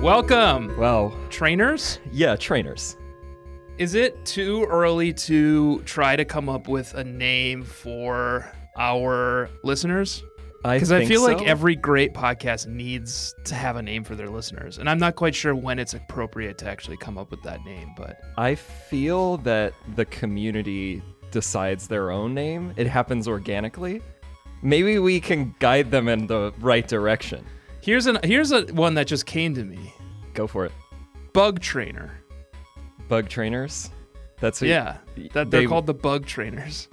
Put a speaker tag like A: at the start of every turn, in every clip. A: Welcome,
B: Wow.
A: trainers.
B: Yeah, trainers.
A: Is it too early to try to come up with a name for our listeners?
B: I
A: Because I
B: think
A: feel like
B: so.
A: every great podcast needs to have a name for their listeners. And I'm not quite sure when it's appropriate to actually come up with that name, but
B: I feel that the community decides their own name. It happens organically. Maybe we can guide them in the right direction.
A: here's an here's a one that just came to me.
B: Go for it.
A: Bug trainer.
B: Bug trainers. That's what you-
A: yeah. That they're
B: they-
A: called the bug trainers.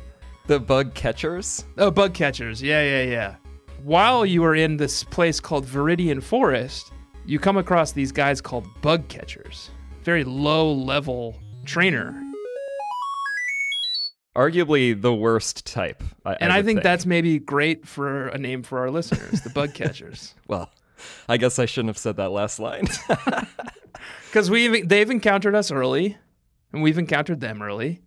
B: the bug catchers.
A: Oh, bug catchers. Yeah, yeah, yeah. While you are in this place called Viridian Forest, you come across these guys called bug catchers. Very low level trainer.
B: Arguably the worst type. I,
A: And I,
B: would
A: think, that's maybe great for a name for our listeners, the bug catchers.
B: well. I guess I shouldn't have said that last line.
A: Because we they've encountered us early, and we've encountered them early.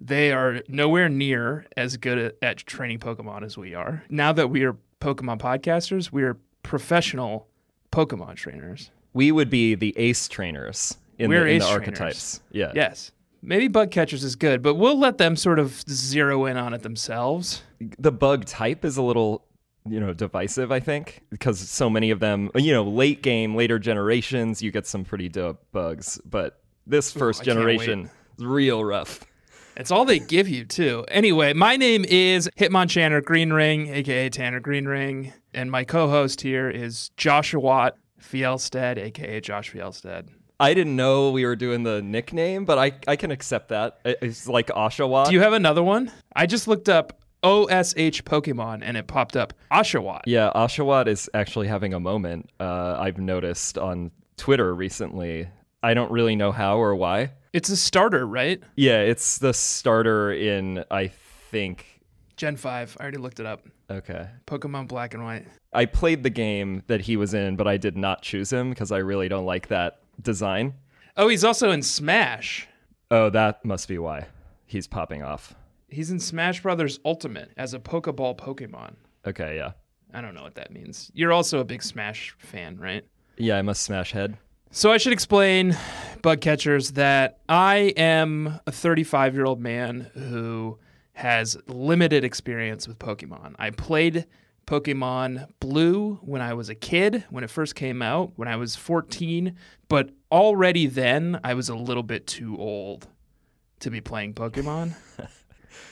A: They are nowhere near as good at, at training Pokemon as we are. Now that we are Pokemon podcasters, we are professional Pokemon trainers.
B: we would be the ace trainers in
A: We're
B: the, in
A: ace
B: the
A: trainers.
B: archetypes. Yeah.
A: Yes. Maybe bug catchers is good, but we'll let them sort of zero in on it themselves.
B: the bug type is a little you know divisive i think because so many of them you know late game later generations you get some pretty dope bugs but this first
A: I can't
B: generation is real rough
A: It's all they give you, too. Anyway, my name is Hitmonchanner Greenring, aka Tanner Greenring, and my co-host here is Joshua Fielstead, aka Josh Fielstead.
B: i didn't know we were doing the nickname but i i can accept that It- it's like oshawa
A: Do you have another one? I just looked up OSH Pokemon and it popped up Oshawott.
B: yeah oshawa is actually having a moment uh, i've noticed on twitter recently i don't really know how or why
A: It's a starter, right?
B: yeah it's the starter in i think
A: Gen 5. I already looked it up.
B: okay
A: Pokemon Black and White.
B: I played the game that he was in, but I did not choose him because I really don't like that design.
A: Oh, he's also in Smash.
B: Oh, that must be why he's popping off.
A: He's in Smash Brothers Ultimate as a Pokeball Pokemon.
B: Okay, yeah.
A: I don't know what that means. You're also a big Smash fan, right?
B: Yeah, I must smash head.
A: So I should explain, bug catchers, that I am a 35 year old man who has limited experience with Pokemon. I played Pokemon Blue when I was a kid, when it first came out, when I was 14, but already then I was a little bit too old to be playing Pokemon.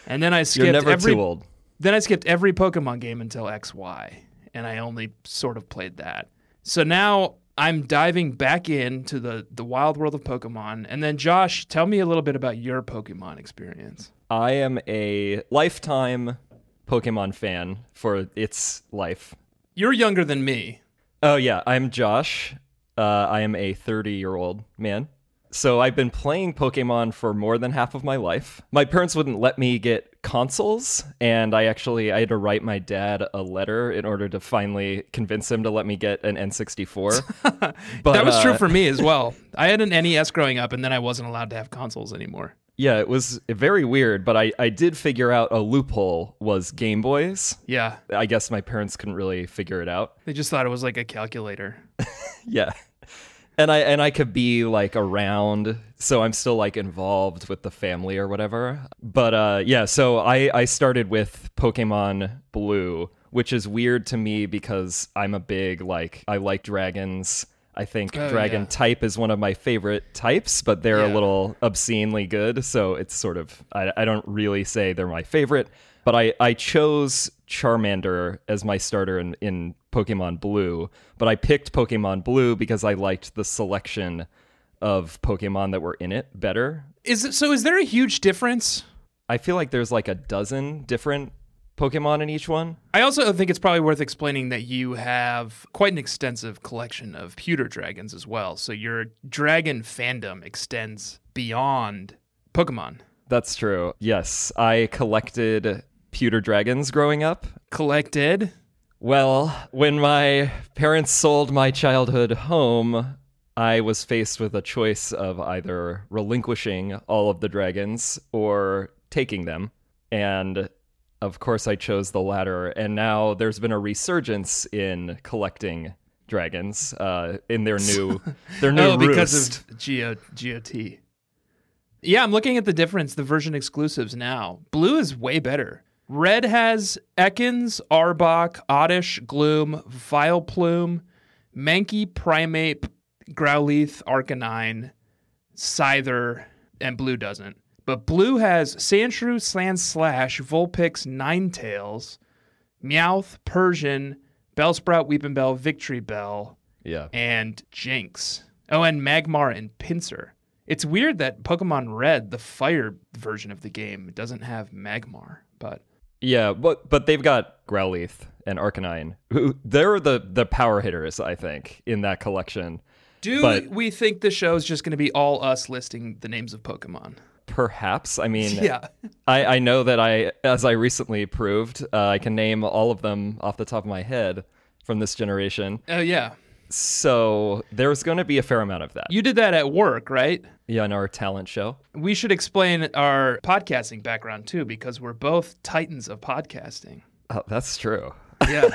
A: and then I skipped
B: You're never
A: every
B: too old.
A: then I skipped every Pokemon game until XY, and I only sort of played that. So now I'm diving back into the, the wild world of Pokemon. And then, Josh, tell me a little bit about your Pokemon experience.
B: I am a lifetime Pokemon fan for its life.
A: You're younger than me.
B: Oh, yeah. I'm Josh. Uh, I am a 30 year old man. So I've been playing Pokemon for more than half of my life. My parents wouldn't let me get consoles, and I actually I had to write my dad a letter in order to finally convince him to let me get an N64. but
A: that was true
B: uh,
A: for me as well. I had an NES growing up, and then I wasn't allowed to have consoles anymore.
B: yeah, it was very weird, but I I did figure out a loophole was Game Boys.
A: Yeah.
B: I guess my parents couldn't really figure it out.
A: They just thought it was like a calculator.
B: yeah and i and i could be like around so i'm still like involved with the family or whatever but uh yeah so i i started with pokemon blue which is weird to me because i'm a big like i like dragons i think
A: Oh,
B: dragon
A: yeah.
B: type is one of my favorite types but they're
A: Yeah.
B: a little obscenely good so it's sort of I, I don't really say they're my favorite but I, I chose Charmander as my starter in, in Pokemon Blue, but I picked Pokemon Blue because I liked the selection of Pokemon that were in it better.
A: Is it, so is there a huge difference?
B: I feel like there's like a dozen different Pokemon in each one.
A: I also think it's probably worth explaining that you have quite an extensive collection of pewter dragons as well. So your dragon fandom extends beyond Pokemon.
B: That's true. Yes, I collected pewter dragons growing up.
A: Collected.
B: Well, when my parents sold my childhood home, I was faced with a choice of either relinquishing all of the dragons or taking them. And of course, I chose the latter. And now there's been a resurgence in collecting dragons uh, in their new their new
A: oh, because
B: roost.
A: of Geo GOT. Yeah, I'm looking at the difference, the version exclusives now. Blue is way better. Red has Ekans, Arbok, Oddish, Gloom, Vileplume, Mankey, Primate, Growlithe, Arcanine, Scyther, and Blue doesn't. But Blue has Sandshrew, Slanslash, Vulpix, Ninetales, Meowth, Persian, Bellsprout, Weeping Bell, Victory Bell,
B: yeah.
A: and Jinx. Oh, and Magmar and Pinsir. It's weird that Pokemon Red, the fire version of the game, doesn't have Magmar, but
B: Yeah, but but they've got Growlithe and Arcanine. who- They're the the power hitters, I think, in that collection.
A: do
B: But-
A: we think the show is just going to be all us listing the names of Pokemon?
B: Perhaps. I mean,
A: Yeah.
B: I, I know that I, as I recently proved, uh, I can name all of them off the top of my head from this generation.
A: Oh yeah.
B: So there's going to be a fair amount of that.
A: You did that at work, right?
B: Yeah, in our talent show.
A: We should explain our podcasting background too because we're both titans of podcasting.
B: Oh, that's true.
A: Yeah.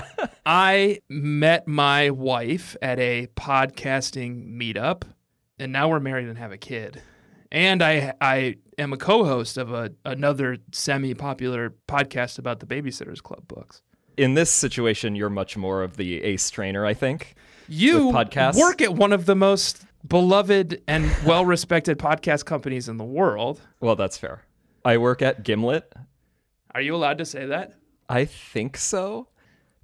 A: I met my wife at a podcasting meetup, and now we're married and have a kid. And I I am a co-host of a another semi-popular podcast about the Babysitters Club books.
B: In this situation, you're much more of the ace trainer, I think.
A: You
B: With podcasts?
A: work at one of the most beloved and well-respected podcast companies in the world.
B: Well, that's fair. I work at Gimlet.
A: Are you allowed to say that?
B: I think so.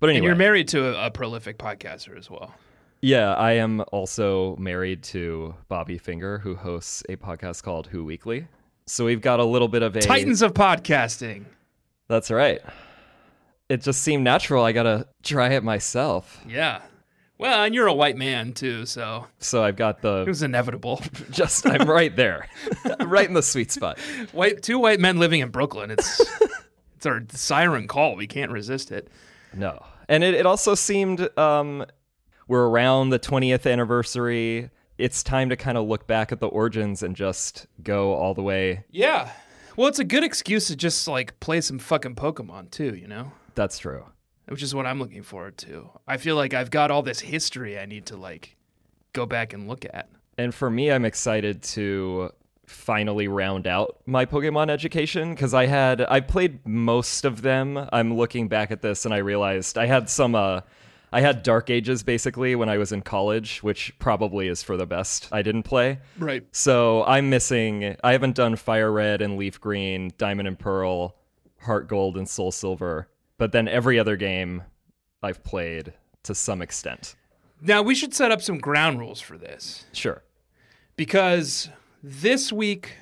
B: But anyway,
A: And you're married to a, a prolific podcaster as well.
B: yeah, I am also married to Bobby Finger, who hosts a podcast called Who Weekly. So we've got a little bit of a
A: Titans of podcasting.
B: That's right. It just seemed natural. I gotta try it myself.
A: Yeah. Well, and you're a white man too, so
B: So I've got
A: It
B: the
A: was inevitable.
B: just. I'm right there, right in the sweet spot.
A: White two white men living in Brooklyn. It's it's our siren call. We can't resist it.
B: No, and it, it also seemed um, we're around the 20th anniversary. It's time to kind of look back at the origins and just go all the way.
A: Yeah. Well, it's a good excuse to just like play some fucking Pokemon too, you know?
B: That's true.
A: Which is what I'm looking forward to. I feel like I've got all this history I need to like go back and look at.
B: And for me, I'm excited to finally round out my Pokemon education because I had I played most of them. I'm looking back at this and I realized I had some uh I had Dark Ages basically when I was in college, which probably is for the best. I didn't play.
A: Right.
B: So I'm missing I haven't done Fire Red and Leaf Green, Diamond and Pearl, Heart Gold and Soul Silver. But then every other game I've played to some extent.
A: Now we should set up some ground rules for this.
B: Sure.
A: because this week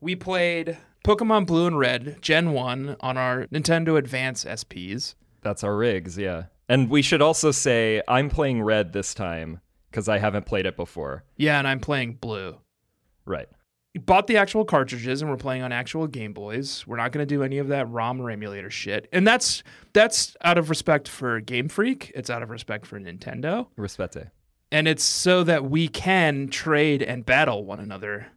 A: we played Pokemon Blue and Red Gen 1 on our Nintendo Advance SPs.
B: That's our rigs, yeah. And we should also say I'm playing red this time because I haven't played it before.
A: Yeah, and I'm playing Blue.
B: Right.
A: We bought the actual cartridges and we're playing on actual Game Boys. We're not going to do any of that ROM or emulator shit. And that's that's out of respect for Game Freak, it's out of respect for Nintendo,
B: Respete.
A: and it's so that we can trade and battle one another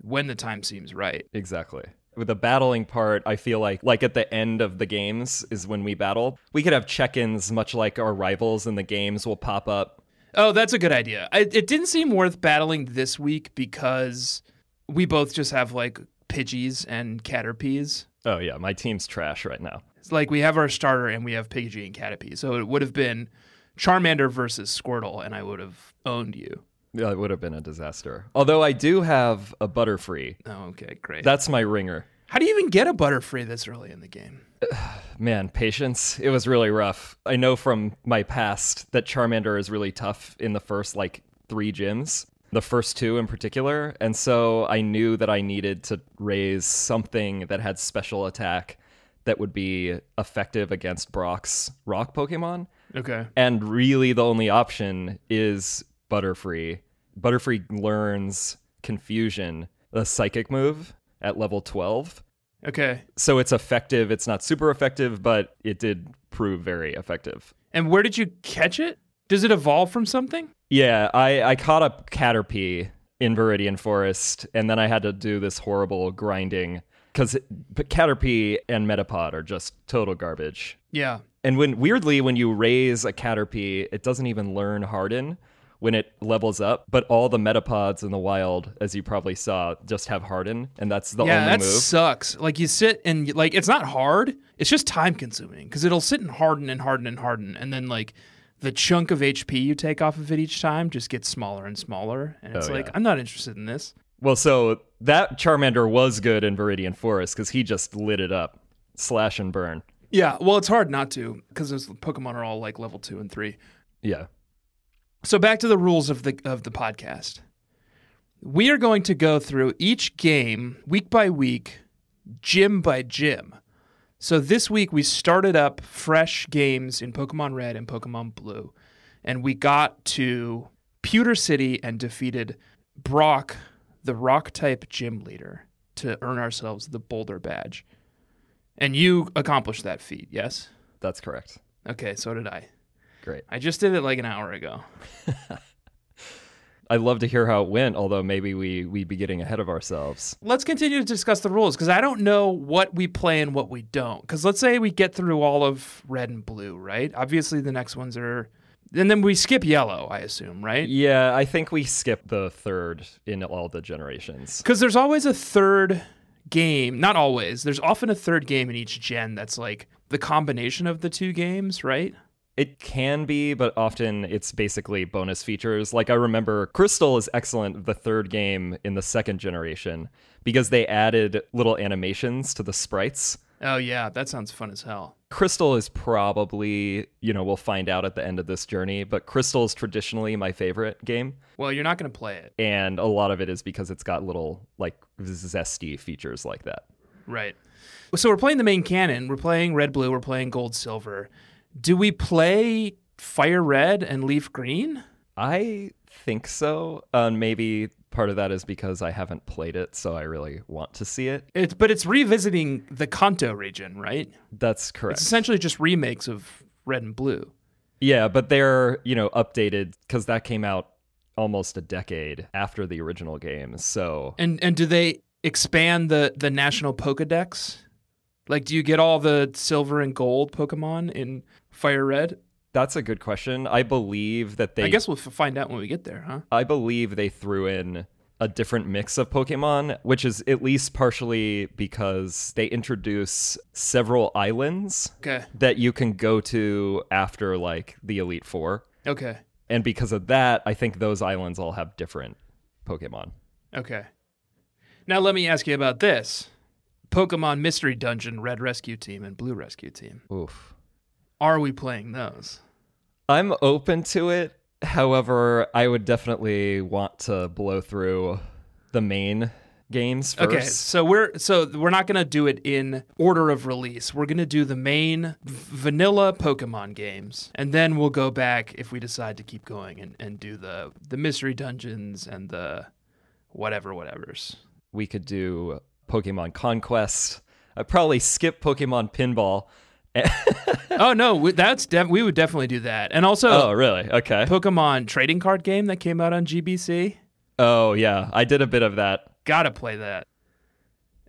A: when the time seems right.
B: Exactly. With the battling part, I feel like like at the end of the games is when we battle. We could have check-ins much like our rivals and the games will pop up.
A: Oh, that's a good idea. I, it didn't seem worth battling this week because we both just have like Pidgeys and Caterpies.
B: Oh yeah, my team's trash right now.
A: It's like we have our starter and we have Pidgey and Caterpie. So it would have been Charmander versus Squirtle, and I would have owned you.
B: Yeah, it would have been a disaster. Although I do have a Butterfree.
A: Oh, okay, great.
B: That's my ringer.
A: How do you even get a Butterfree this early in the game?
B: Man, patience. It was really rough. I know from my past that Charmander is really tough in the first like three gyms, the first two in particular. And so I knew that I needed to raise something that had special attack that would be effective against Brock's rock Pokemon.
A: Okay.
B: And really, the only option is Butterfree. Butterfree learns Confusion, the psychic move, at level 12
A: Okay.
B: so it's effective. It's not super effective, but it did prove very effective.
A: And where did you catch it? Does it evolve from something?
B: Yeah, I, I caught a Caterpie in Viridian Forest, and then I had to do this horrible grinding because Caterpie and Metapod are just total garbage.
A: Yeah.
B: And when weirdly, when you raise a Caterpie, it doesn't even learn Harden when it levels up. But all the metapods in the wild, as you probably saw, just have Harden, and that's the
A: yeah,
B: only
A: that
B: move.
A: sucks. Like you sit and you- like it's not hard. It's just time consuming because it'll sit and harden and harden and harden, and then like the chunk of HP you take off of it each time just gets smaller and smaller, and it's
B: Oh,
A: like
B: yeah.
A: I'm not interested in this.
B: Well, so that Charmander was good in Viridian Forest because he just lit it up, slash and burn.
A: Yeah, well, it's hard not to because those Pokemon are all like level two and three.
B: Yeah.
A: So back to the rules of the of the podcast. We are going to go through each game week by week, gym by gym. So this week we started up fresh games in Pokemon Red and Pokemon Blue, and we got to Pewter City and defeated Brock, the Rock type gym leader, to earn ourselves the Boulder badge. And you accomplished that feat, yes?
B: That's correct.
A: Okay, so did I.
B: Great.
A: I just did it like an hour ago.
B: I'd love to hear how it went, although maybe we, we'd be getting ahead of ourselves.
A: let's continue to discuss the rules because I don't know what we play and what we don't. Because let's say we get through all of red and blue, right? Obviously, the next ones are, and then we skip yellow, I assume, right?
B: Yeah, I think we skipped the third in all the generations.
A: Because there's always a third game. Not always. There's often a third game in each gen that's like the combination of the two games, right?
B: It can be, but often it's basically bonus features. Like I remember Crystal is excellent the third game in the second generation because they added little animations to the sprites.
A: Oh yeah, that sounds fun as hell.
B: Crystal is probably, you know, we'll find out at the end of this journey, but Crystal is traditionally my favorite game.
A: Well, you're not gonna play it,
B: And a lot of it is because it's got little, like, zesty features like that.
A: right? So we're playing the main canon. We're playing red, blue. We're playing gold, silver. Do we play fire red and leaf green?
B: I think so. Uh, maybe part of that is because I haven't played it, so I really want to see it.
A: It's but it's revisiting the Kanto region, right?
B: That's correct.
A: It's essentially just remakes of Red and Blue.
B: Yeah, but they're, you know, updated because that came out almost a decade after the original game. So
A: And and do they expand the the national Pokédex? Like, do you get all the silver and gold Pokemon in Fire Red?
B: that's a good question. I believe that they
A: I guess we'll f- find out when we get there, huh?
B: I believe they threw in a different mix of Pokemon, which is at least partially because they introduce several islands
A: Okay,
B: that you can go to after like the Elite 4.
A: okay,
B: And because of that, I think those islands all have different Pokemon.
A: okay. Now let me ask you about this: Pokemon Mystery Dungeon Red Rescue Team and Blue Rescue Team.
B: Oof.
A: Are we playing those?
B: I'm open to it. However, I would definitely want to blow through the main games first.
A: Okay, so we're so we're not gonna do it in order of release. We're gonna do the main v- vanilla Pokemon games, and then we'll go back if we decide to keep going and, and do the the mystery dungeons and the whatever whatevers.
B: We could do Pokemon Conquest. I'd probably skip Pokemon Pinball.
A: oh no, we, that's def- we would definitely do that. And also
B: Oh, really? Okay.
A: Pokemon trading card game that came out on GBC.
B: Oh, yeah. I did a bit of that.
A: Gotta play that.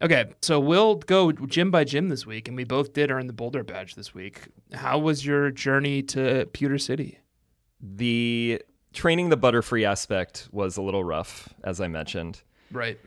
A: Okay, so we'll go gym by gym this week, and we both did earn the Boulder Badge this week. How was your journey to Pewter City?
B: The training the Butterfree aspect was a little rough, as I mentioned.
A: Right.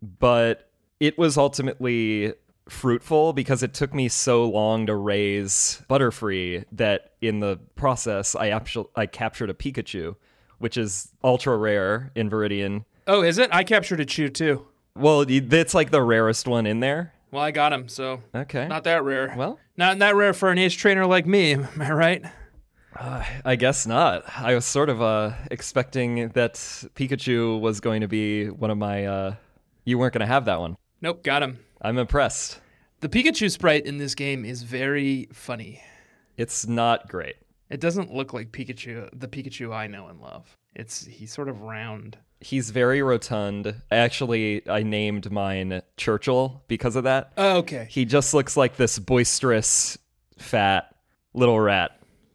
B: but it was ultimately fruitful because it took me so long to raise Butterfree that in the process I actually I captured a Pikachu, which is ultra rare in Viridian.
A: Oh, is it? I captured a chew too.
B: Well, y- that's like the rarest one in there.
A: Well, I got him, so
B: Okay.
A: not that rare.
B: well,
A: not that rare for an age trainer like me, am I right?
B: I guess not. I was sort of uh, expecting that Pikachu was going to be one of my. Uh, you weren't going to have that one.
A: Nope, got him.
B: I'm impressed.
A: The Pikachu sprite in this game is very funny.
B: It's not great.
A: It doesn't look like Pikachu, the Pikachu I know and love. It's he's sort of round.
B: He's very rotund. Actually, I named mine Churchill because of that.
A: Oh, okay.
B: He just looks like this boisterous, fat little rat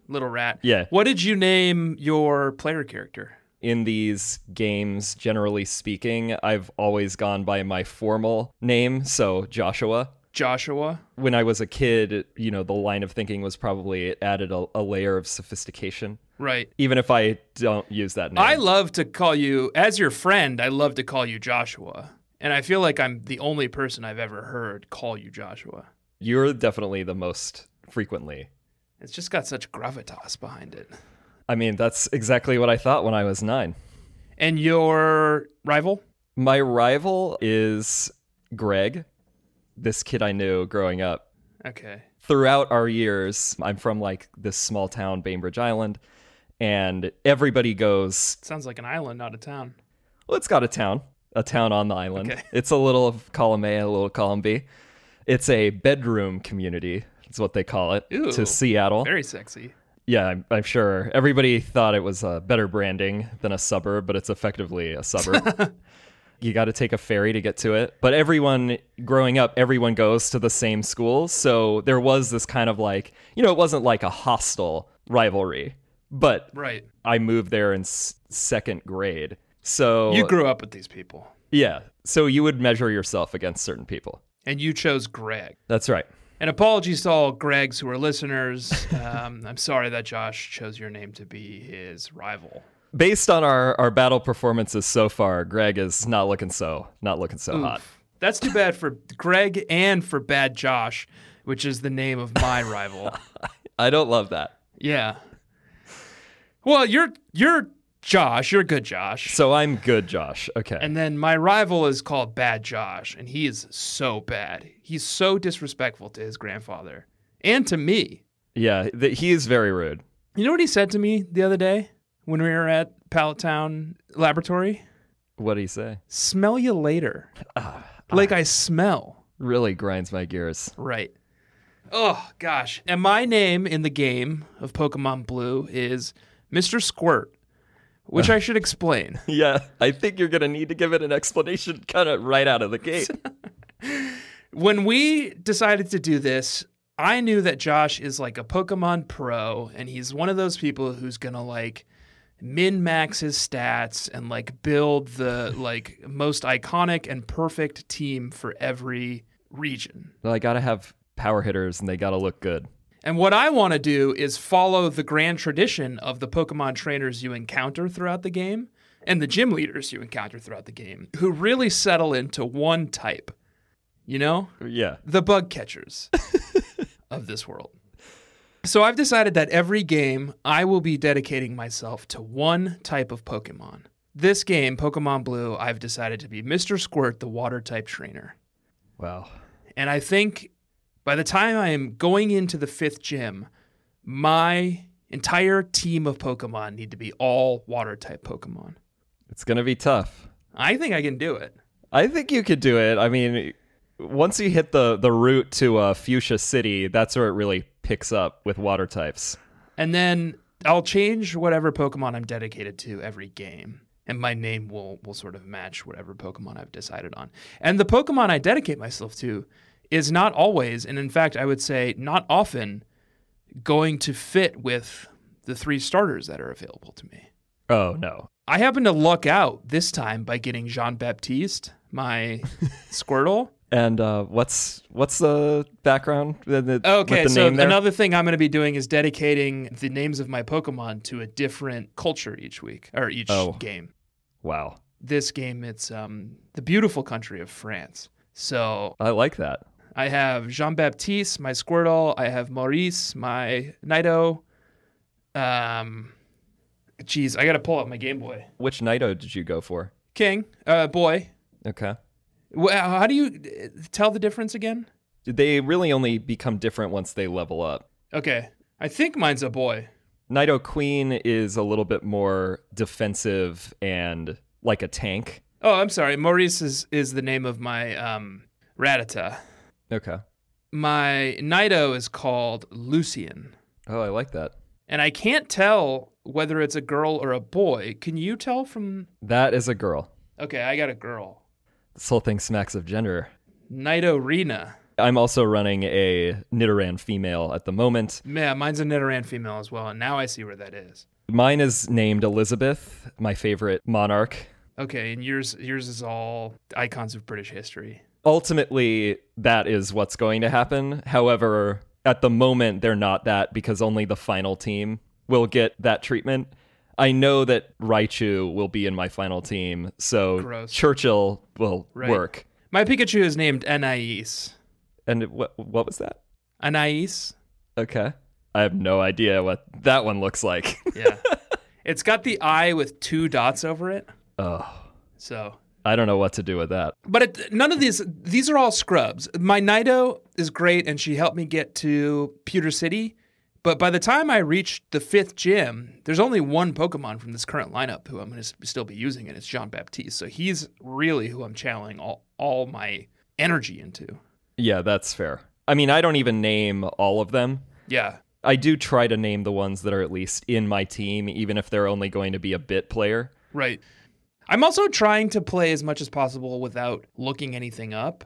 A: Little rat.
B: Yeah.
A: What did you name your player character?
B: in these games, generally speaking. I've always gone by my formal name, so Joshua.
A: Joshua.
B: when I was a kid, you know, the line of thinking was probably it added a, a layer of sophistication,
A: Right.
B: even if I don't use that name.
A: I love to call you as your friend. I love to call you Joshua, and I feel like I'm the only person I've ever heard call you Joshua.
B: You're definitely the most frequently.
A: It's just got such gravitas behind it.
B: I mean, that's exactly what I thought when I was nine.
A: And your rival?
B: My rival is Greg, this kid I knew growing up.
A: Okay.
B: Throughout our years, I'm from like this small town, Bainbridge Island, and everybody goes
A: Sounds like an island, not a town.
B: Well, it's got a town, a town on the island.
A: Okay.
B: It's a little of column A, a little column B. It's a bedroom community. That's what they call it
A: Ooh.
B: to Seattle.
A: Very sexy.
B: yeah, I'm, I'm sure everybody thought it was a better branding than a suburb, but it's effectively a suburb. you got to take a ferry to get to it. But everyone growing up, everyone goes to the same school, so there was this kind of like, you know, it wasn't like a hostile rivalry, but
A: Right.
B: I moved there in s- second grade. So
A: You grew up with these people,
B: yeah. So you would measure yourself against certain people.
A: and you chose Greg.
B: That's right.
A: And apologies to all Gregs who are listeners. Um, I'm sorry that Josh chose your name to be his rival.
B: Based on our, our battle performances so far, Greg is not looking so not looking so hot.
A: That's too bad for Greg and for Bad Josh, which is the name of my rival.
B: I don't love that.
A: Yeah. Well, you're you're Josh. You're good Josh.
B: So I'm good, Josh. Okay.
A: And then my rival is called Bad Josh, and he is so bad. He's so disrespectful to his grandfather and to me.
B: yeah, th- he is very rude.
A: You know what he said to me the other day when we were at Pallet Town Laboratory?
B: What do you say?
A: Smell you later. like I smell.
B: Really grinds my gears.
A: Right. Oh, gosh. And my name in the game of Pokemon Blue is Mr. Squirt, which I should explain.
B: Yeah, I think you're gonna need to give it an explanation kind of right out of the gate.
A: when we decided to do this, I knew that Josh is like a Pokemon pro, and he's one of those people who's gonna like min max his stats and like build the like most iconic and perfect team for every region.
B: well, I gotta have power hitters, and they gotta look good.
A: And what I want to do is follow the grand tradition of the Pokemon trainers you encounter throughout the game and the gym leaders you encounter throughout the game who really settle into one type. You know?
B: Yeah.
A: the bug catchers of this world. So I've decided that every game I will be dedicating myself to one type of Pokemon. This game, Pokemon Blue, I've decided to be Mr. Squirt, the water type trainer.
B: Wow.
A: And I think by the time I am going into the fifth gym, my entire team of Pokemon need to be all water type Pokemon.
B: It's gonna be tough.
A: I think I can do it.
B: I think you could do it. I mean, once you hit the the route to uh, Fuchsia City, that's where it really picks up with water types.
A: And then I'll change whatever Pokemon I'm dedicated to every game. And my name will will sort of match whatever Pokemon I've decided on. And the Pokemon I dedicate myself to is not always, and in fact, I would say not often, going to fit with the three starters that are available to me.
B: Oh no!
A: I happened to luck out this time by getting Jean Baptiste, my Squirtle.
B: And uh, what's what's the background? The, the,
A: Okay,
B: with the
A: so
B: name there?
A: another thing I'm going to be doing is dedicating the names of my Pokemon to a different culture each week or each
B: Oh.
A: game.
B: wow,
A: This game, it's um, the beautiful country of France. So
B: I like that.
A: I have Jean Baptiste, my Squirtle. I have Maurice, my Nido. Um, geez, I got to pull up my Game Boy.
B: Which Nido did you go for?
A: King, uh, boy.
B: Okay,
A: Wh- How do you uh, tell the difference again?
B: they really only become different once they level up.
A: Okay, I think mine's a boy.
B: Nido Queen is a little bit more defensive and like a tank.
A: Oh, I'm sorry. Maurice is, is the name of my um, Ratata.
B: Okay.
A: My Nido is called Lucian.
B: Oh, I like that.
A: And I can't tell whether it's a girl or a boy. Can you tell from.
B: That is a girl.
A: Okay, I got a girl.
B: This whole thing smacks of gender.
A: Nido Rena.
B: I'm also running a Nidoran female at the moment.
A: Yeah, mine's a Nidoran female as well. And now I see where that is.
B: Mine is named Elizabeth, my favorite monarch.
A: Okay, and yours yours is all icons of British history.
B: ultimately that is what's going to happen. However, at the moment they're not that because only the final team will get that treatment. I know that Raichu will be in my final team, so
A: Gross.
B: Churchill will
A: Right.
B: work.
A: My Pikachu is named Anais.
B: And what what was that?
A: Anais?
B: Okay. I have no idea what that one looks like.
A: Yeah. it's got the eye with two dots over it.
B: oh,
A: So,
B: I don't know what to do with that.
A: but it, none of these, these are all scrubs. My Nido is great and she helped me get to Pewter City. But by the time I reached the fifth gym, there's only one Pokemon from this current lineup who I'm going to still be using, and it's Jean Baptiste. So he's really who I'm channeling all, all my energy into.
B: Yeah, that's fair. I mean, I don't even name all of them.
A: Yeah.
B: I do try to name the ones that are at least in my team, even if they're only going to be a bit player.
A: Right. I'm also trying to play as much as possible without looking anything up.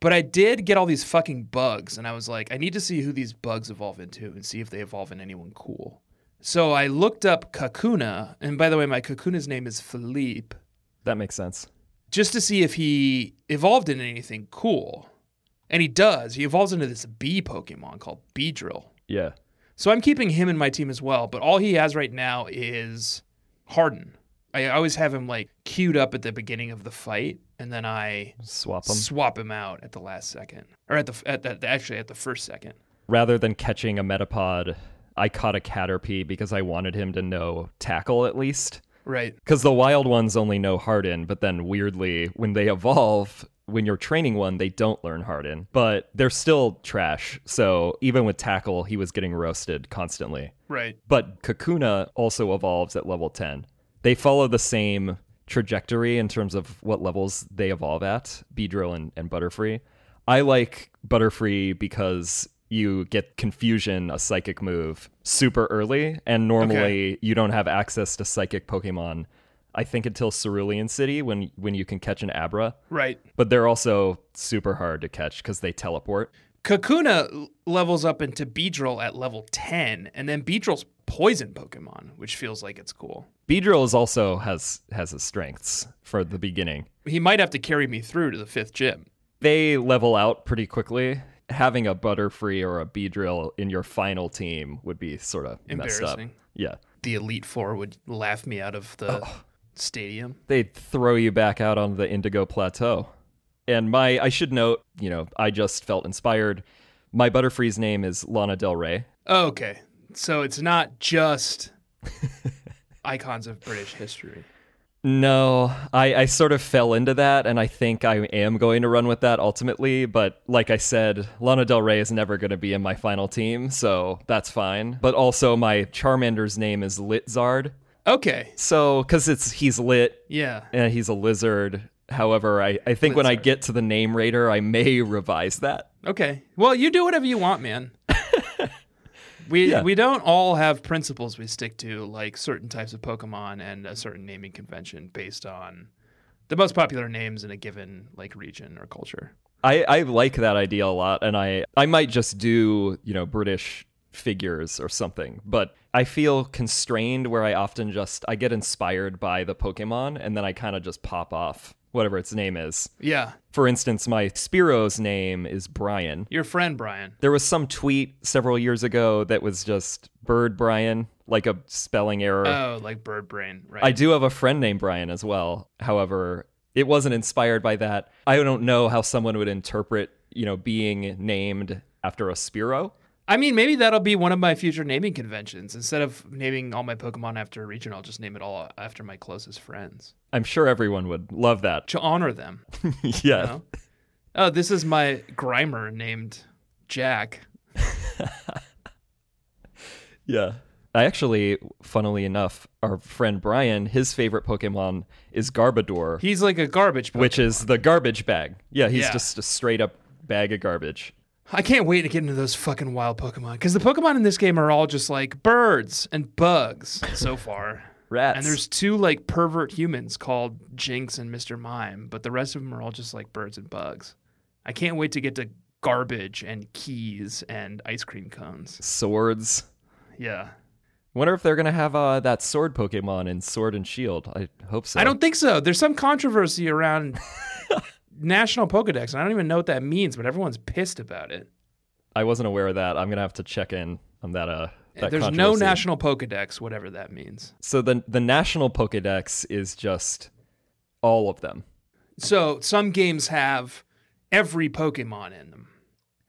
A: But I did get all these fucking bugs, and I was like, I need to see who these bugs evolve into and see if they evolve in anyone cool. So I looked up Kakuna, and by the way, my Kakuna's name is Philippe,
B: That makes sense.
A: just to see if he evolved into anything cool. And he does. He evolves into this bee Pokemon called Beedrill.
B: Yeah.
A: So I'm keeping him in my team as well, but all he has right now is Harden. I always have him like queued up at the beginning of the fight, and then I
B: Swap them.
A: swap him out at the last second, or at the at the, actually at the first second.
B: Rather than catching a Metapod, I caught a Caterpie because I wanted him to know tackle at least.
A: Right.
B: Because the wild ones only know harden, but then weirdly, when they evolve, when you're training one, they don't learn harden, but they're still trash. So even with tackle, he was getting roasted constantly.
A: Right.
B: But Kakuna also evolves at level 10. They follow the same trajectory in terms of what levels they evolve at Beedrill and, and Butterfree. I like Butterfree because you get confusion, a psychic move, super early, and normally you don't have access to psychic Pokemon. I think until Cerulean City when when you can catch an Abra,
A: Right.
B: but they're also super hard to catch because they teleport.
A: Kakuna l- levels up into Beedrill at level 10, and then Beedrill's poison Pokemon, which feels like it's cool.
B: Beedrill is also has has his strengths for the beginning.
A: He might have to carry me through to the fifth gym.
B: they level out pretty quickly. Having a Butterfree or a Beedrill in your final team would be sort of messed up.
A: Embarrassing.
B: Yeah.
A: The Elite Four would laugh me out of the stadium.
B: They'd throw you back out on the Indigo Plateau. And my, I should note, you know, I just felt inspired. My Butterfree's name is Lana Del Rey.
A: Okay. So it's not just icons of British history.
B: No, I, I sort of fell into that, and I think I am going to run with that ultimately. But like I said, Lana Del Rey is never going to be in my final team, so that's fine. But also, my Charmander's name is Litzard.
A: Okay.
B: So, because it's he's lit
A: Yeah.
B: and he's a lizard. However, I, I think when I
A: Lizard.
B: get to the name raider, I may revise that.
A: Okay. Well, you do whatever you want, man. We
B: Yeah.
A: we don't all have principles we stick to like certain types of Pokemon and a certain naming convention based on the most popular names in a given like region or culture.
B: I, I like that idea a lot, and I I might just do you know British figures or something. But I feel constrained where I often just I get inspired by the Pokemon, and then I kind of just pop off whatever its name is.
A: Yeah.
B: For instance, my Spiro's name is Brian.
A: Your friend Brian.
B: There was some tweet several years ago that was just Bird Brian, like a spelling error.
A: Oh, like bird brain, right?
B: I do have a friend named Brian as well. However, it wasn't inspired by that. I don't know how someone would interpret, you know, being named after a Spiro.
A: I mean, maybe that'll be one of my future naming conventions. Instead of naming all my Pokemon after a region, I'll just name it all after my closest friends
B: I'm sure everyone would love that.
A: to honor them.
B: yeah.
A: know? oh, this is my Grimer named Jack.
B: Yeah. I actually, funnily enough, our friend Brian, his favorite Pokemon is Garbodor,
A: He's like a garbage. Pokemon.
B: which is the garbage bag. Yeah, he's
A: Yeah.
B: just a straight up bag of garbage.
A: I can't wait to get into those fucking wild Pokemon because the Pokemon in this game are all just like birds and bugs so far.
B: Rats.
A: And there's two like pervert humans called Jinx and Mr. Mime, but the rest of them are all just like birds and bugs. I can't wait to get to garbage and keys and ice cream cones.
B: swords.
A: Yeah.
B: Wonder if they're gonna have uh, that sword Pokemon in Sword and Shield. I hope so.
A: I don't think so. There's some controversy around National Pokedex, and I don't even know what that means, but everyone's pissed about it.
B: I wasn't aware of that. I'm gonna have to check in on that. Uh, that
A: There's no
B: controversy.
A: National Pokedex, whatever that means.
B: So the the national Pokedex is just all of them.
A: So some games have every Pokemon in them,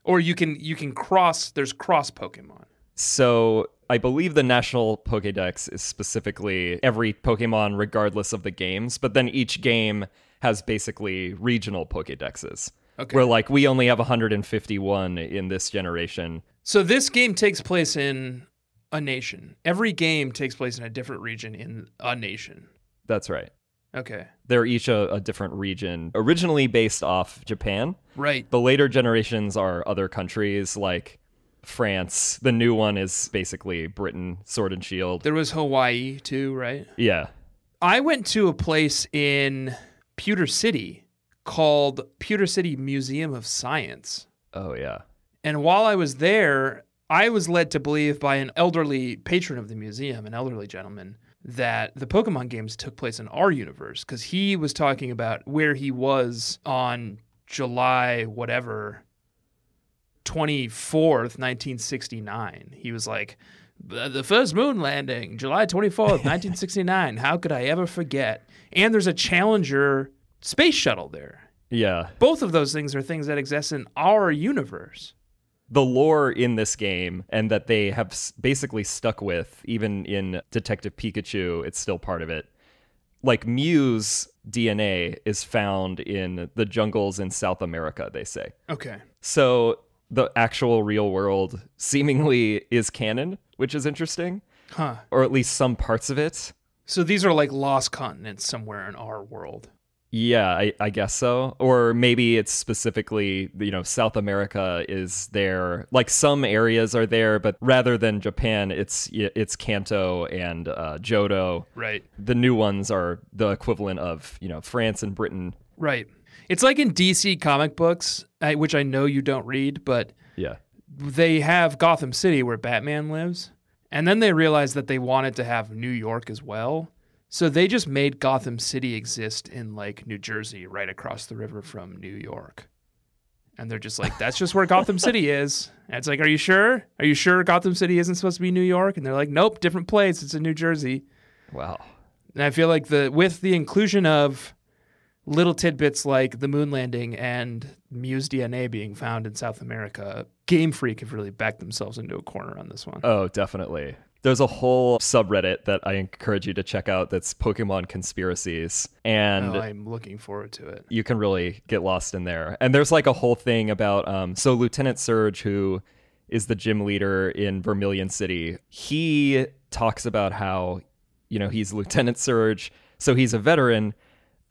A: or you can you can cross. There's cross Pokemon.
B: So I believe the national Pokedex is specifically every Pokemon, regardless of the games. But then each game has basically regional Pokedexes,
A: Okay.
B: where like we only have 151 in this generation.
A: So this game takes place in a nation. Every game takes place in a different region in a nation.
B: That's right.
A: Okay.
B: They're each a, a different region, originally based off Japan.
A: Right.
B: The later generations are other countries like France. The new one is basically Britain, Sword and Shield.
A: There was Hawaii too, right?
B: yeah.
A: I went to a place in Pewter City called Pewter City Museum of Science.
B: Oh, yeah.
A: And while I was there, I was led to believe by an elderly patron of the museum, an elderly gentleman, that the Pokemon games took place in our universe because he was talking about where he was on July whatever 24th, 1969. He was like, "The the first moon landing, July 24th, 1969. How could I ever forget? And there's a Challenger space shuttle there.
B: Yeah.
A: Both of those things are things that exist in our universe.
B: the lore in this game and that they have s- basically stuck with even in Detective Pikachu, it's still part of it. Like Mew's DNA is found in the jungles in South America, they say.
A: Okay.
B: So the actual real world seemingly is canon, which is interesting,
A: Huh.
B: or at least some parts of it.
A: So these are like lost continents somewhere in our world.
B: Yeah, I, I guess so. Or maybe it's specifically, you know, South America is there. Like some areas are there, but rather than Japan, it's it's Kanto and uh, Johto.
A: Right.
B: The new ones are the equivalent of, you know, France and Britain.
A: Right. It's like in DC comic books, I, which I know you don't read, but
B: Yeah.
A: they have Gotham City where Batman lives. And then they realized that they wanted to have New York as well. So they just made Gotham City exist in like New Jersey, right across the river from New York. And they're just like, that's just where Gotham City is. And it's like, are you sure? Are you sure Gotham City isn't supposed to be New York? And they're like, nope, different place. It's in New Jersey.
B: Wow.
A: And I feel like the with the inclusion of little tidbits like the moon landing and Muse DNA being found in South America, Game Freak have really backed themselves into a corner on this one.
B: Oh, definitely. There's a whole subreddit that I encourage you to check out that's Pokemon conspiracies. And
A: Oh, I'm looking forward to it.
B: you can really get lost in there. And there's like a whole thing about um, so Lieutenant Surge, who is the gym leader in Vermilion City, he talks about how you know he's Lieutenant Surge, so he's a veteran.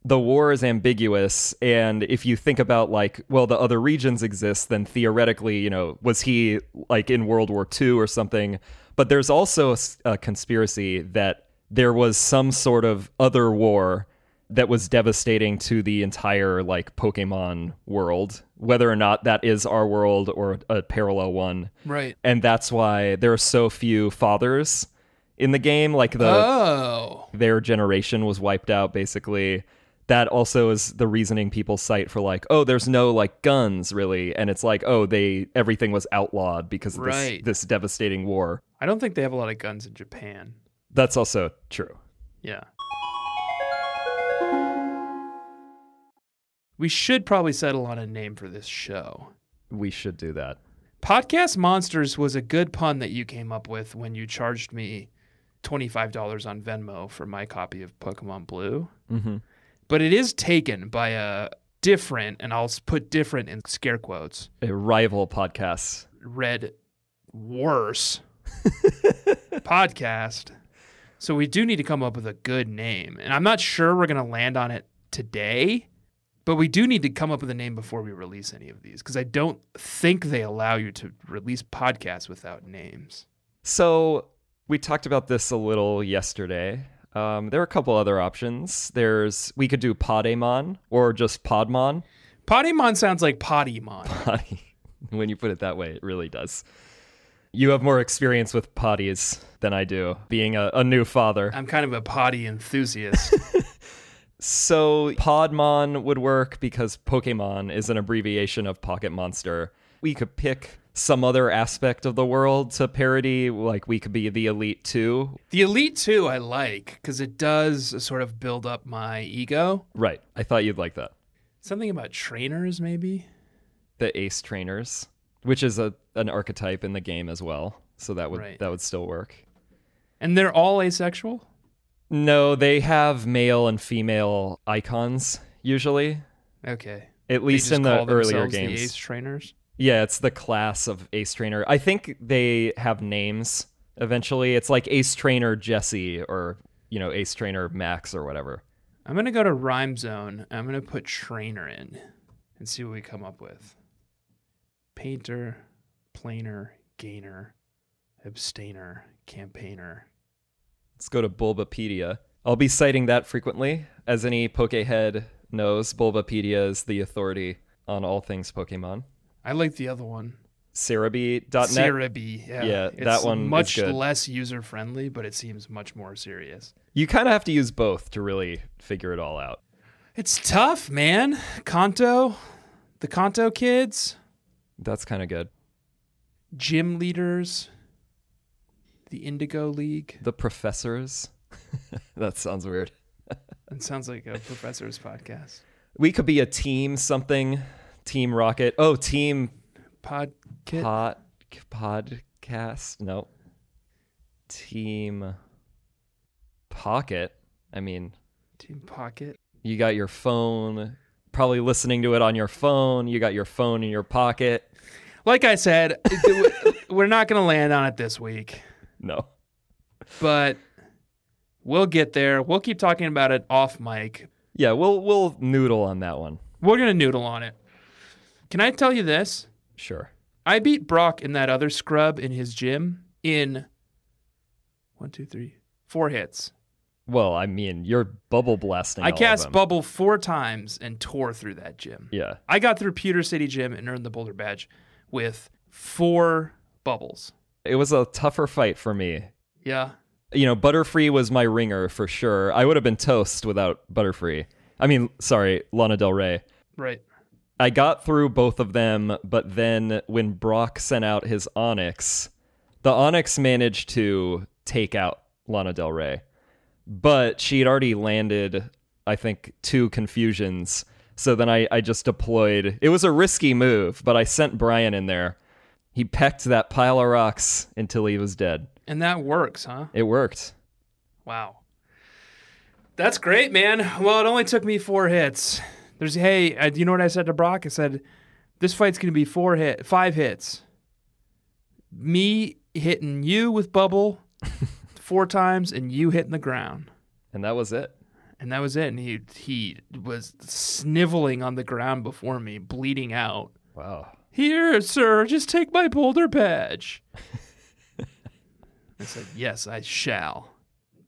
B: The war is ambiguous, and if you think about like, well, the other regions exist, then theoretically, you know, was he like in World War II or something? But there's also a s a a conspiracy that there was some sort of other war that was devastating to the entire like Pokemon world, whether or not that is our world or a parallel one.
A: Right.
B: And that's why there are so few fathers in the game. Like the
A: Oh.
B: their generation was wiped out basically. That also is the reasoning people cite for like, oh, there's no like guns really. And it's like, oh, they everything was outlawed because of
A: Right.
B: this this devastating war.
A: I don't think they have a lot of guns in Japan.
B: That's also true.
A: Yeah. We should probably settle on a name for this show.
B: We should do that.
A: Podcast Monsters was a good pun that you came up with when you charged me $25 on Venmo for my copy of Pokemon Blue.
B: Mm-hmm.
A: But it is taken by a different, and I'll s- put different in scare quotes,
B: A rival podcast.
A: read worse podcast. So we do need to come up with a good name. And I'm not sure we're going to land on it today, but we do need to come up with a name before we release any of these because I don't think they allow you to release podcasts without names.
B: So we talked about this a little yesterday. Um, there are a couple other options. There's we could do Podemon or just Podmon.
A: Podimon sounds like Podimon.
B: when you put it that way, it really does. You have more experience with potties than I do, being a, a new father.
A: I'm kind of a potty enthusiast.
B: So Podmon would work because Pokemon is an abbreviation of Pocket Monster. We could pick some other aspect of the world to parody, like we could be the Elite Two.
A: The Elite Two I like because it does sort of build up my ego.
B: Right. I thought you'd like that.
A: Something about trainers, maybe.
B: The Ace Trainers, which is a an archetype in the game as well. So that would
A: Right.
B: that would still work.
A: And they're all asexual.
B: No, they have male and female icons usually,
A: Okay. They
B: at least
A: just
B: in the
A: call
B: earlier
A: themselves
B: games.
A: the ace trainers.
B: Yeah, it's the class of Ace Trainer. I think they have names eventually. It's like Ace Trainer Jesse or, you know, Ace Trainer Max or whatever.
A: I'm gonna go to Rhyme Zone. I'm gonna put trainer in and see what we come up with. Painter, planer, gainer, abstainer, campaigner.
B: Let's go to Bulbapedia. I'll be citing that frequently. As any Pokehead knows, Bulbapedia is the authority on all things Pokemon.
A: I like the other one.
B: Cerebi.net.
A: Cerebi. Yeah,
B: Yeah,
A: It's
B: that one is
A: much
B: good.
A: less user friendly, but it seems much more serious.
B: you kind of have to use both to really figure it all out.
A: It's tough, man. Kanto, the Kanto kids,
B: That's kind of good.
A: gym leaders, the Indigo League.
B: The professors. that sounds weird.
A: It sounds like a professor's podcast.
B: We could be a team something. Team Rocket. Oh, Team
A: Pod kit.
B: Pod podcast? No. Team Pocket. I mean,
A: Team Pocket.
B: you got your phone, probably listening to it on your phone. You got your phone in your pocket.
A: Like I said, it- we're not going to land on it this week,
B: No.
A: but we'll get there. We'll keep talking about it off mic.
B: Yeah, we'll we'll noodle on that one.
A: We're going to noodle on it. Can I tell you this?
B: Sure.
A: I beat Brock in that other scrub in his gym in one, two, three, four hits.
B: Well, I mean, you're bubble blasting.
A: I
B: all of
A: cast
B: them.
A: Bubble four times and tore through that gym.
B: Yeah.
A: I got through Pewter City Gym and earned the Boulder Badge with four bubbles.
B: It was a tougher fight for me.
A: Yeah.
B: You know, Butterfree was my ringer for sure. I would have been toast without Butterfree. I mean, sorry, Lana Del Rey.
A: Right.
B: I got through both of them, but then when Brock sent out his Onyx, the Onyx managed to take out Lana Del Rey. But she had already landed, I think, two confusions. So then I, I just deployed. It was a risky move, but I sent Brian in there. He pecked that pile of rocks until he was dead.
A: And that works, huh?
B: It worked.
A: Wow. That's great, man. Well, it only took me four hits. There's hey, uh, you know what I said to Brock? I said this fight's gonna be four hit, five hits. Me hitting you with bubble four times, and you hitting the ground,
B: And that was it.
A: and that was it. And he he was sniveling on the ground before me, bleeding out.
B: Wow.
A: Here, sir, just take my boulder badge. I said, Yes, I shall.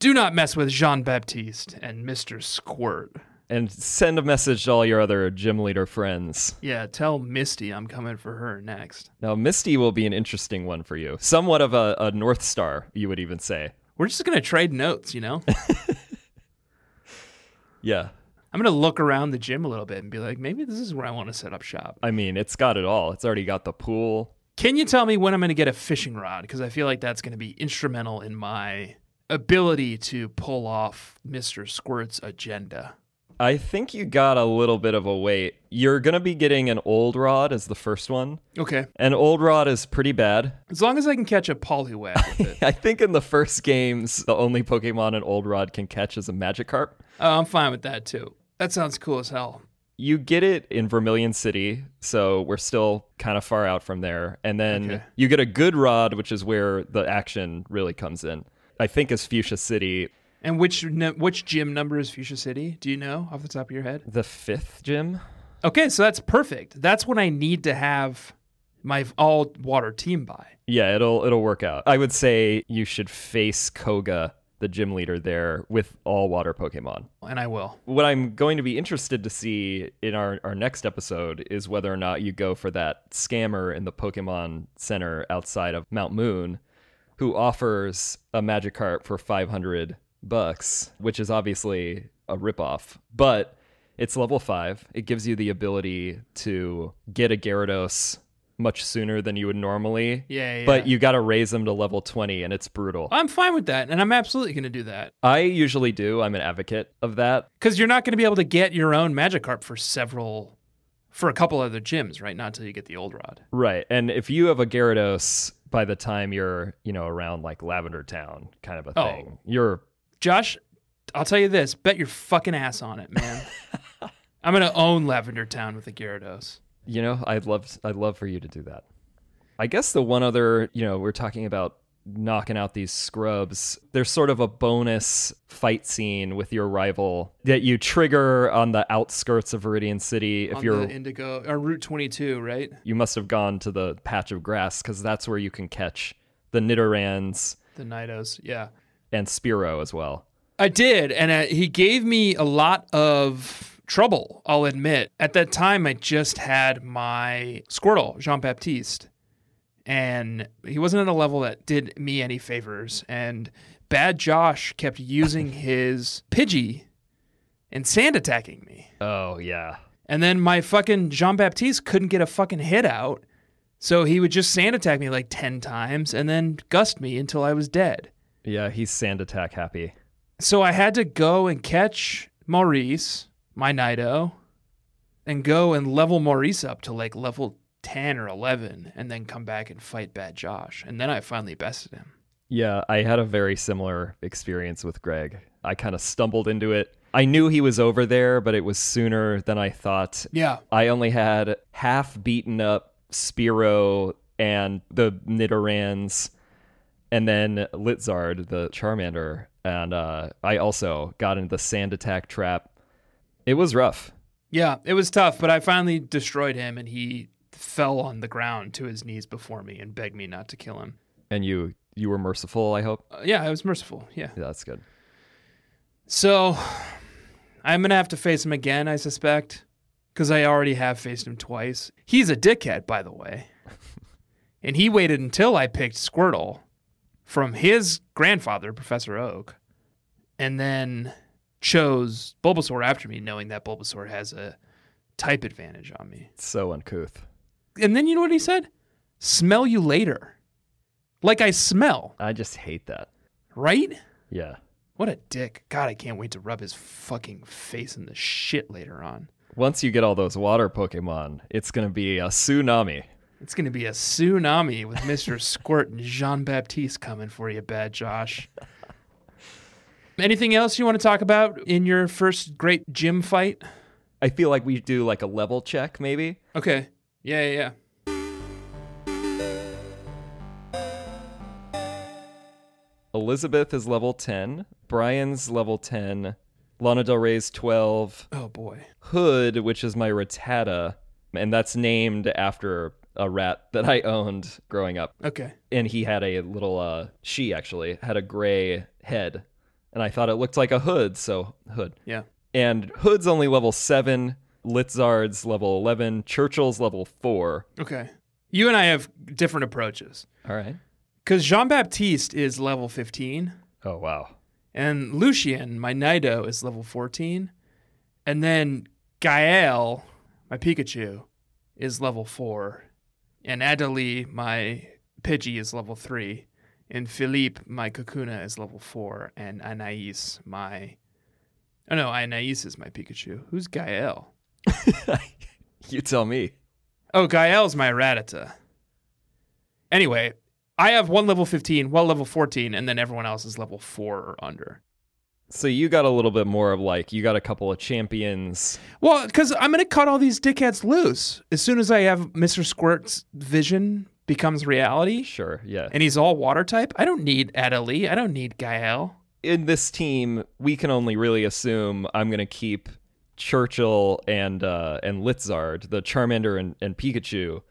A: Do not mess with Jean Baptiste and Mr. Squirt.
B: And send a message to all your other gym leader friends.
A: Yeah, tell Misty I'm coming for her next.
B: Now, Misty will be an interesting one for you. Somewhat of a, a North Star, you would even say.
A: We're just going to trade notes, you know?
B: Yeah.
A: I'm going to look around the gym a little bit and be like, maybe this is where I want to set up shop.
B: I mean, it's got it all. It's already got the pool.
A: Can you tell me when I'm going to get a fishing rod? Because I feel like that's going to be instrumental in my ability to pull off Mr. Squirt's agenda.
B: I think you got a little bit of a wait. You're going to be getting an old rod as the first one.
A: Okay.
B: An old rod is pretty bad.
A: As long as I can catch a polywag with it.
B: I think in the first games, the only Pokemon an old rod can catch is a Magikarp.
A: Oh, I'm fine with that too. That sounds cool as hell.
B: You get it in Vermilion City, so we're still kind of far out from there. And then
A: Okay.
B: you get a good rod, which is where the action really comes in. I think is Fuchsia City.
A: And which nu- which gym number is Fuchsia City? Do you know off the top of your head?
B: the fifth gym.
A: Okay, so that's perfect. That's what I need to have my all water team by.
B: Yeah, it'll it'll work out. I would say you should face Koga, the gym leader there, with all water Pokemon.
A: And I will.
B: What I'm going to be interested to see in our, our next episode is whether or not you go for that scammer in the Pokemon Center outside of Mount Moon who offers a Magikarp for 500 bucks, which is obviously a ripoff, but it's level five. It gives you the ability to get a Gyarados much sooner than you would normally.
A: Yeah, yeah.
B: But you got to raise them to level 20, and it's brutal.
A: I'm fine with that, and I'm absolutely going to do that
B: I usually do. I'm an advocate of that.
A: because you're not going to be able to get your own Magikarp for several, for a couple other gyms, right? Not until you get the old rod.
B: Right. And if you have a Gyarados by the time you're, you know, around like Lavender Town kind of a
A: Oh.
B: thing, you're
A: Josh, I'll tell you this: bet your fucking ass on it, man. I'm going to own Lavender Town with the Gyarados.
B: You know, I'd love I'd love for you to do that. I guess the one other, you know, we're talking about knocking out these scrubs. There's sort of a bonus fight scene with your rival that you trigger on the outskirts of Viridian City if
A: on
B: you're
A: the Indigo or Route 22, right?
B: you must have gone to the patch of grass cuz that's where you can catch the Nidorans
A: The Nidos, yeah.
B: and Spiro as well.
A: I did, and uh, he gave me a lot of trouble, I'll admit. At that time, I just had my Squirtle, Jean Baptiste, and he wasn't at a level that did me any favors. And Bad Josh kept using his Pidgey and sand attacking me.
B: Oh yeah.
A: And then my fucking Jean Baptiste couldn't get a fucking hit out. So he would just sand attack me like 10 times and then gust me until I was dead.
B: Yeah, he's sand attack happy.
A: So I had to go and catch Maurice, my Nido, and go and level Maurice up to like level 10 or 11 and then come back and fight Bad Josh. And then I finally bested him.
B: Yeah, I had a very similar experience with Greg. I kind of stumbled into it. I knew he was over there, but it was sooner than I thought.
A: Yeah.
B: I only had half beaten up Spiro and the Nidorans, and then Litzard, the Charmander. And uh, I also got into the sand attack trap. It was rough.
A: Yeah, it was tough, but I finally destroyed him and he fell on the ground to his knees before me and begged me not to kill him.
B: And you you were merciful, I hope.
A: Uh, yeah, I was merciful. Yeah.
B: Yeah, that's good.
A: So I'm going to have to face him again, I suspect, because I already have faced him twice. He's a dickhead, by the way. and he waited until I picked Squirtle from his grandfather, Professor Oak, and then chose Bulbasaur after me, knowing that Bulbasaur has a type advantage on me.
B: So uncouth.
A: And then you know what he said? Smell you later. Like I smell,
B: I just hate that.
A: right?
B: Yeah.
A: What a dick. God, I can't wait to rub his fucking face in the shit later on.
B: Once you get all those water Pokemon, it's going to be a tsunami.
A: It's going to be a tsunami with Mr. Squirt and Jean Baptiste coming for you, bad Josh. Anything else you want to talk about in your first great gym fight?
B: I feel like we do like a level check, maybe.
A: Okay. Yeah, yeah, yeah.
B: Elizabeth is level 10, Brian's level 10, Lana Del Rey's 12,
A: Oh, boy.
B: Hood, which is my Rattata, and that's named after a rat that I owned growing up.
A: Okay.
B: And he had a little, uh, she actually had a gray head, and I thought it looked like a hood, so Hood.
A: Yeah.
B: And Hood's only level 7, Litzard's level 11, Churchill's level 4.
A: Okay. You and I have different approaches
B: All right.
A: because Jean Baptiste is level 15.
B: Oh, wow.
A: And Lucian, my Nido, is level 14. And then Gael, my Pikachu, is level 4. And Adelie, my Pidgey, is level 3. And Philippe, my Kakuna, is level 4. And Anais, my. Oh no, Anais is my Pikachu. Who's Gael?
B: You tell me.
A: Oh, Gael's my Rattata. Anyway, I have one level 15, one level 14, and then everyone else is level 4 or under.
B: So you got a little bit more of like you got a couple of champions.
A: Well, because I'm going to cut all these dickheads loose as soon as I have Mr. Squirt's vision becomes reality
B: Sure, yeah.
A: and he's all water type. I don't need Adelie. I don't need Gael.
B: In this team, we can only really assume I'm gonna keep Churchill and uh, and Litzard, the Charmander and, and Pikachu.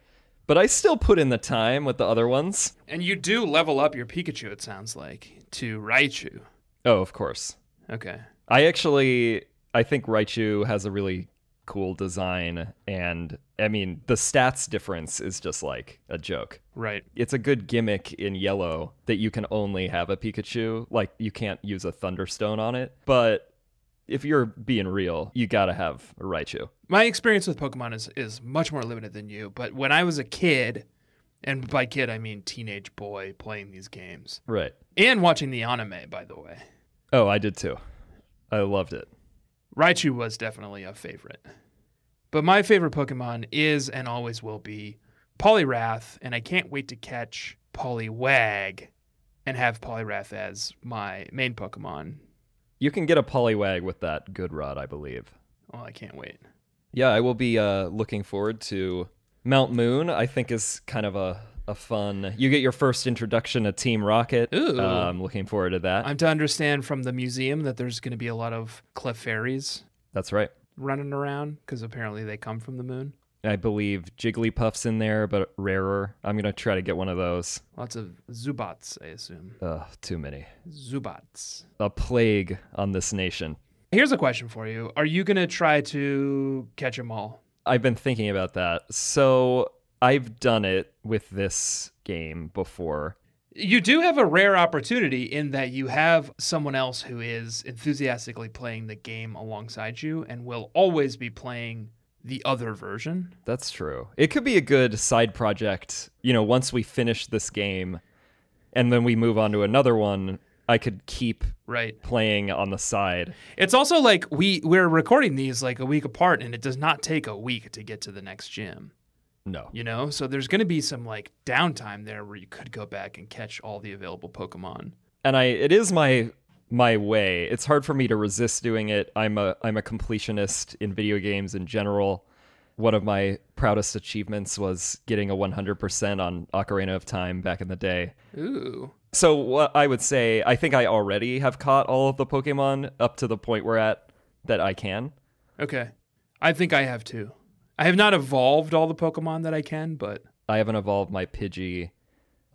B: But I still put in the time with the other ones.
A: And you do level up your Pikachu, it sounds like, to Raichu.
B: Oh, of course.
A: Okay.
B: I actually I think Raichu has a really cool design and I mean the stats difference is just like a joke.
A: Right.
B: it's a good gimmick in yellow that you can only have a Pikachu. Like you can't use a Thunderstone on it. But if you're being real, you gotta have a Raichu.
A: My experience with Pokemon is is much more limited than you, but when I was a kid, and by kid I mean teenage boy playing these games
B: Right.
A: and watching the anime, by the way,
B: Oh, I did too. I loved it.
A: Raichu was definitely a favorite. But my favorite Pokemon is and always will be Poliwrath, and I can't wait to catch Poliwag and have Poliwrath as my main Pokemon.
B: You can get a polywag with that good rod, I believe.
A: Well, I can't wait.
B: Yeah, I will be uh, looking forward to Mount Moon. I think is kind of a, a fun. You get your first introduction to Team Rocket.
A: Ooh.
B: I'm looking forward to that.
A: I'm to understand from the museum that there's going to be a lot of Clefairies
B: That's right.
A: running around because apparently they come from the moon.
B: I believe Jigglypuff's in there, but rarer. I'm gonna try to get one of those.
A: Lots of Zubats, I assume.
B: Ugh, too many.
A: Zubats.
B: A plague on this nation.
A: Here's a question for you. Are you going to try to catch them all?
B: I've been thinking about that. So I've done it with this game before.
A: You do have a rare opportunity in that you have someone else who is enthusiastically playing the game alongside you and will always be playing the other version.
B: That's true. It could be a good side project. You know, once we finish this game and then we move on to another one, I could keep
A: Right.
B: playing on the side.
A: It's also like we we're recording these like a week apart and it does not take a week to get to the next gym.
B: No.
A: you know so there's going to be some like downtime there where you could go back and catch all the available pokemon
B: And I it is my my way. It's hard for me to resist doing it. I'm a I'm a completionist in video games in general. One of my proudest achievements was getting a 100% on Ocarina of Time back in the day.
A: ooh
B: So what I would say, I think I already have caught all of the Pokemon up to the point we're at that I can.
A: okay i think i have too i have not evolved all the pokemon that i can but
B: I haven't evolved my Pidgey.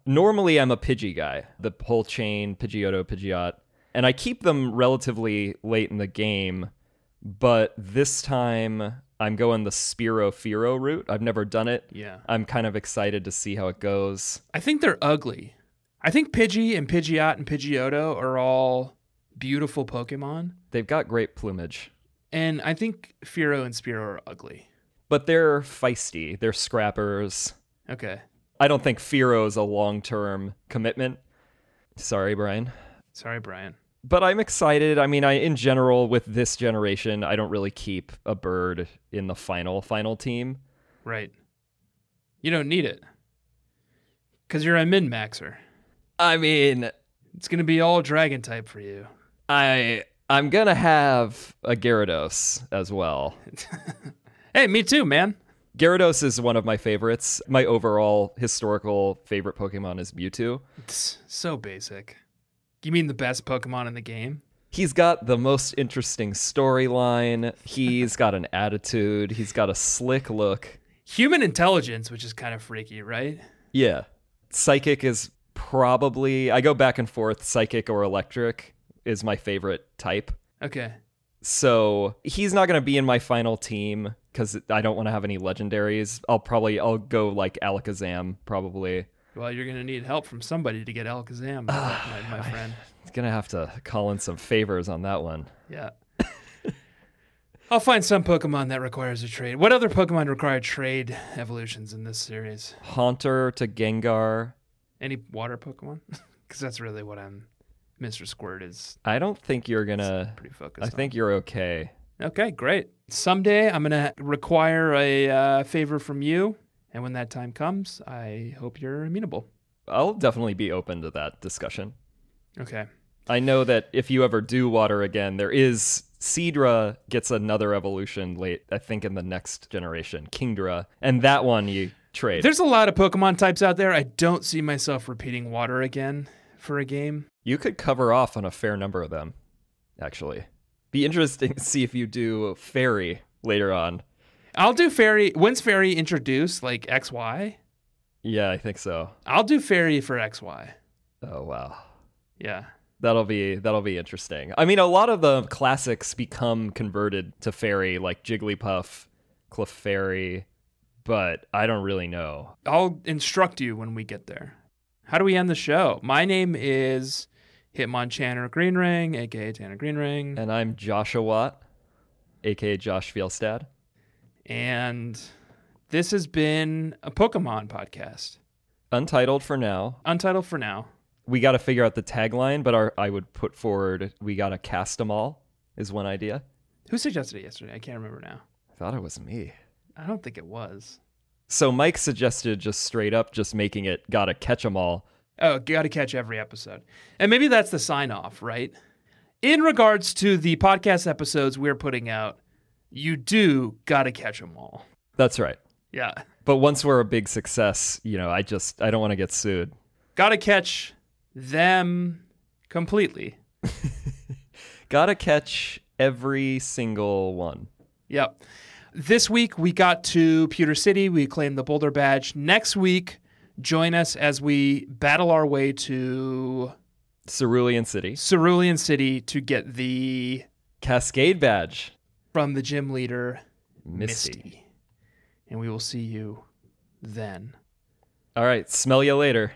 B: Normally, I'm a Pidgey guy. The whole chain, Pidgeotto, Pidgeot, and I keep them relatively late in the game. But this time, I'm going the Spirofiro route. I've never done it.
A: yeah
B: I'm kind of excited to see how it goes.
A: i think they're ugly i think pidgey and pidgeot and pidgeotto are all beautiful pokemon
B: They've got great plumage,
A: and i think Firo and spiro are ugly
B: but they're feisty. They're scrappers.
A: okay
B: I don't think Firo is a long term commitment. Sorry, Brian.
A: sorry brian
B: But I'm excited. I mean, I in general with this generation, I don't really keep a bird in the final final team.
A: right you don't need it because you're a min-maxer
B: I mean,
A: it's going to be all dragon type for you
B: I I'm gonna have a Gyarados as well.
A: Hey, me too, man.
B: Gyarados is one of my favorites. My overall historical favorite Pokemon is Mewtwo.
A: It's so basic. You mean the best Pokemon in the game?
B: He's got the most interesting storyline. He's got an attitude. He's got a slick look.
A: Human intelligence, which is kind of freaky, right?
B: Yeah. Psychic is probably I go back and forth psychic or electric is my favorite type.
A: Okay.
B: So, he's not going to be in my final team cuz I don't want to have any legendaries. I'll probably I'll go like Alakazam probably.
A: Well, you're going to need help from somebody to get Alakazam, my, my friend.
B: It's going to have to call in some favors on that one.
A: Yeah. I'll find some Pokemon that requires a trade. What other Pokemon require trade evolutions in this series?
B: Haunter to Gengar.
A: Any water Pokemon? Because that's really what I'm. Mr. Squirt is
B: I don't think you're going to
A: pretty focused.
B: I
A: on.
B: think you're okay.
A: Okay, great. Someday I'm going to require a uh, favor from you. And when that time comes, I hope you're amenable.
B: I'll definitely be open to that discussion.
A: Okay.
B: I know that if you ever do water again, there is Seedra gets another evolution late, I think in the next generation, Kingdra, and that one you trade.
A: There's a lot of Pokemon types out there. I don't see myself repeating water again for a game.
B: you could cover off on a fair number of them, actually. Be interesting to see if you do fairy later on.
A: I'll do Fairy. When's Fairy introduced? Like XY?
B: Yeah, I think so.
A: I'll do Fairy for XY.
B: Oh wow.
A: Yeah.
B: That'll be that'll be interesting. I mean, a lot of the classics become converted to fairy, like Jigglypuff, Clefairy, but I don't really know.
A: I'll instruct you when we get there. How do we end the show? My name is Hitmonchan Green Ring, aka Tanner Green Ring,
B: And I'm Joshua Watt, aka Josh Fjellstad.
A: and this has been a Pokemon podcast,
B: Untitled for now.
A: untitled for now.
B: We got to figure out the tagline, but our, I would put forward we got to cast them all is one idea.
A: Who suggested it yesterday? I can't remember now.
B: I thought it was me.
A: I don't think it was.
B: So Mike suggested just straight up just making it got to catch them all.
A: Oh, got to catch every episode. And maybe that's the sign off, right? In regards to the podcast episodes we're putting out, you do got to catch them all.
B: That's right.
A: Yeah.
B: But once we're a big success, you know, I just I don't want to get sued.
A: Got to catch them completely.
B: Got to catch every single one.
A: Yep. This week we got to Pewter City. We claimed the Boulder Badge. Next week, join us as we battle our way to
B: Cerulean City.
A: Cerulean City to get the
B: Cascade Badge.
A: from the gym leader
B: Misty.
A: Misty. And we will see you then.
B: All right, smell you later.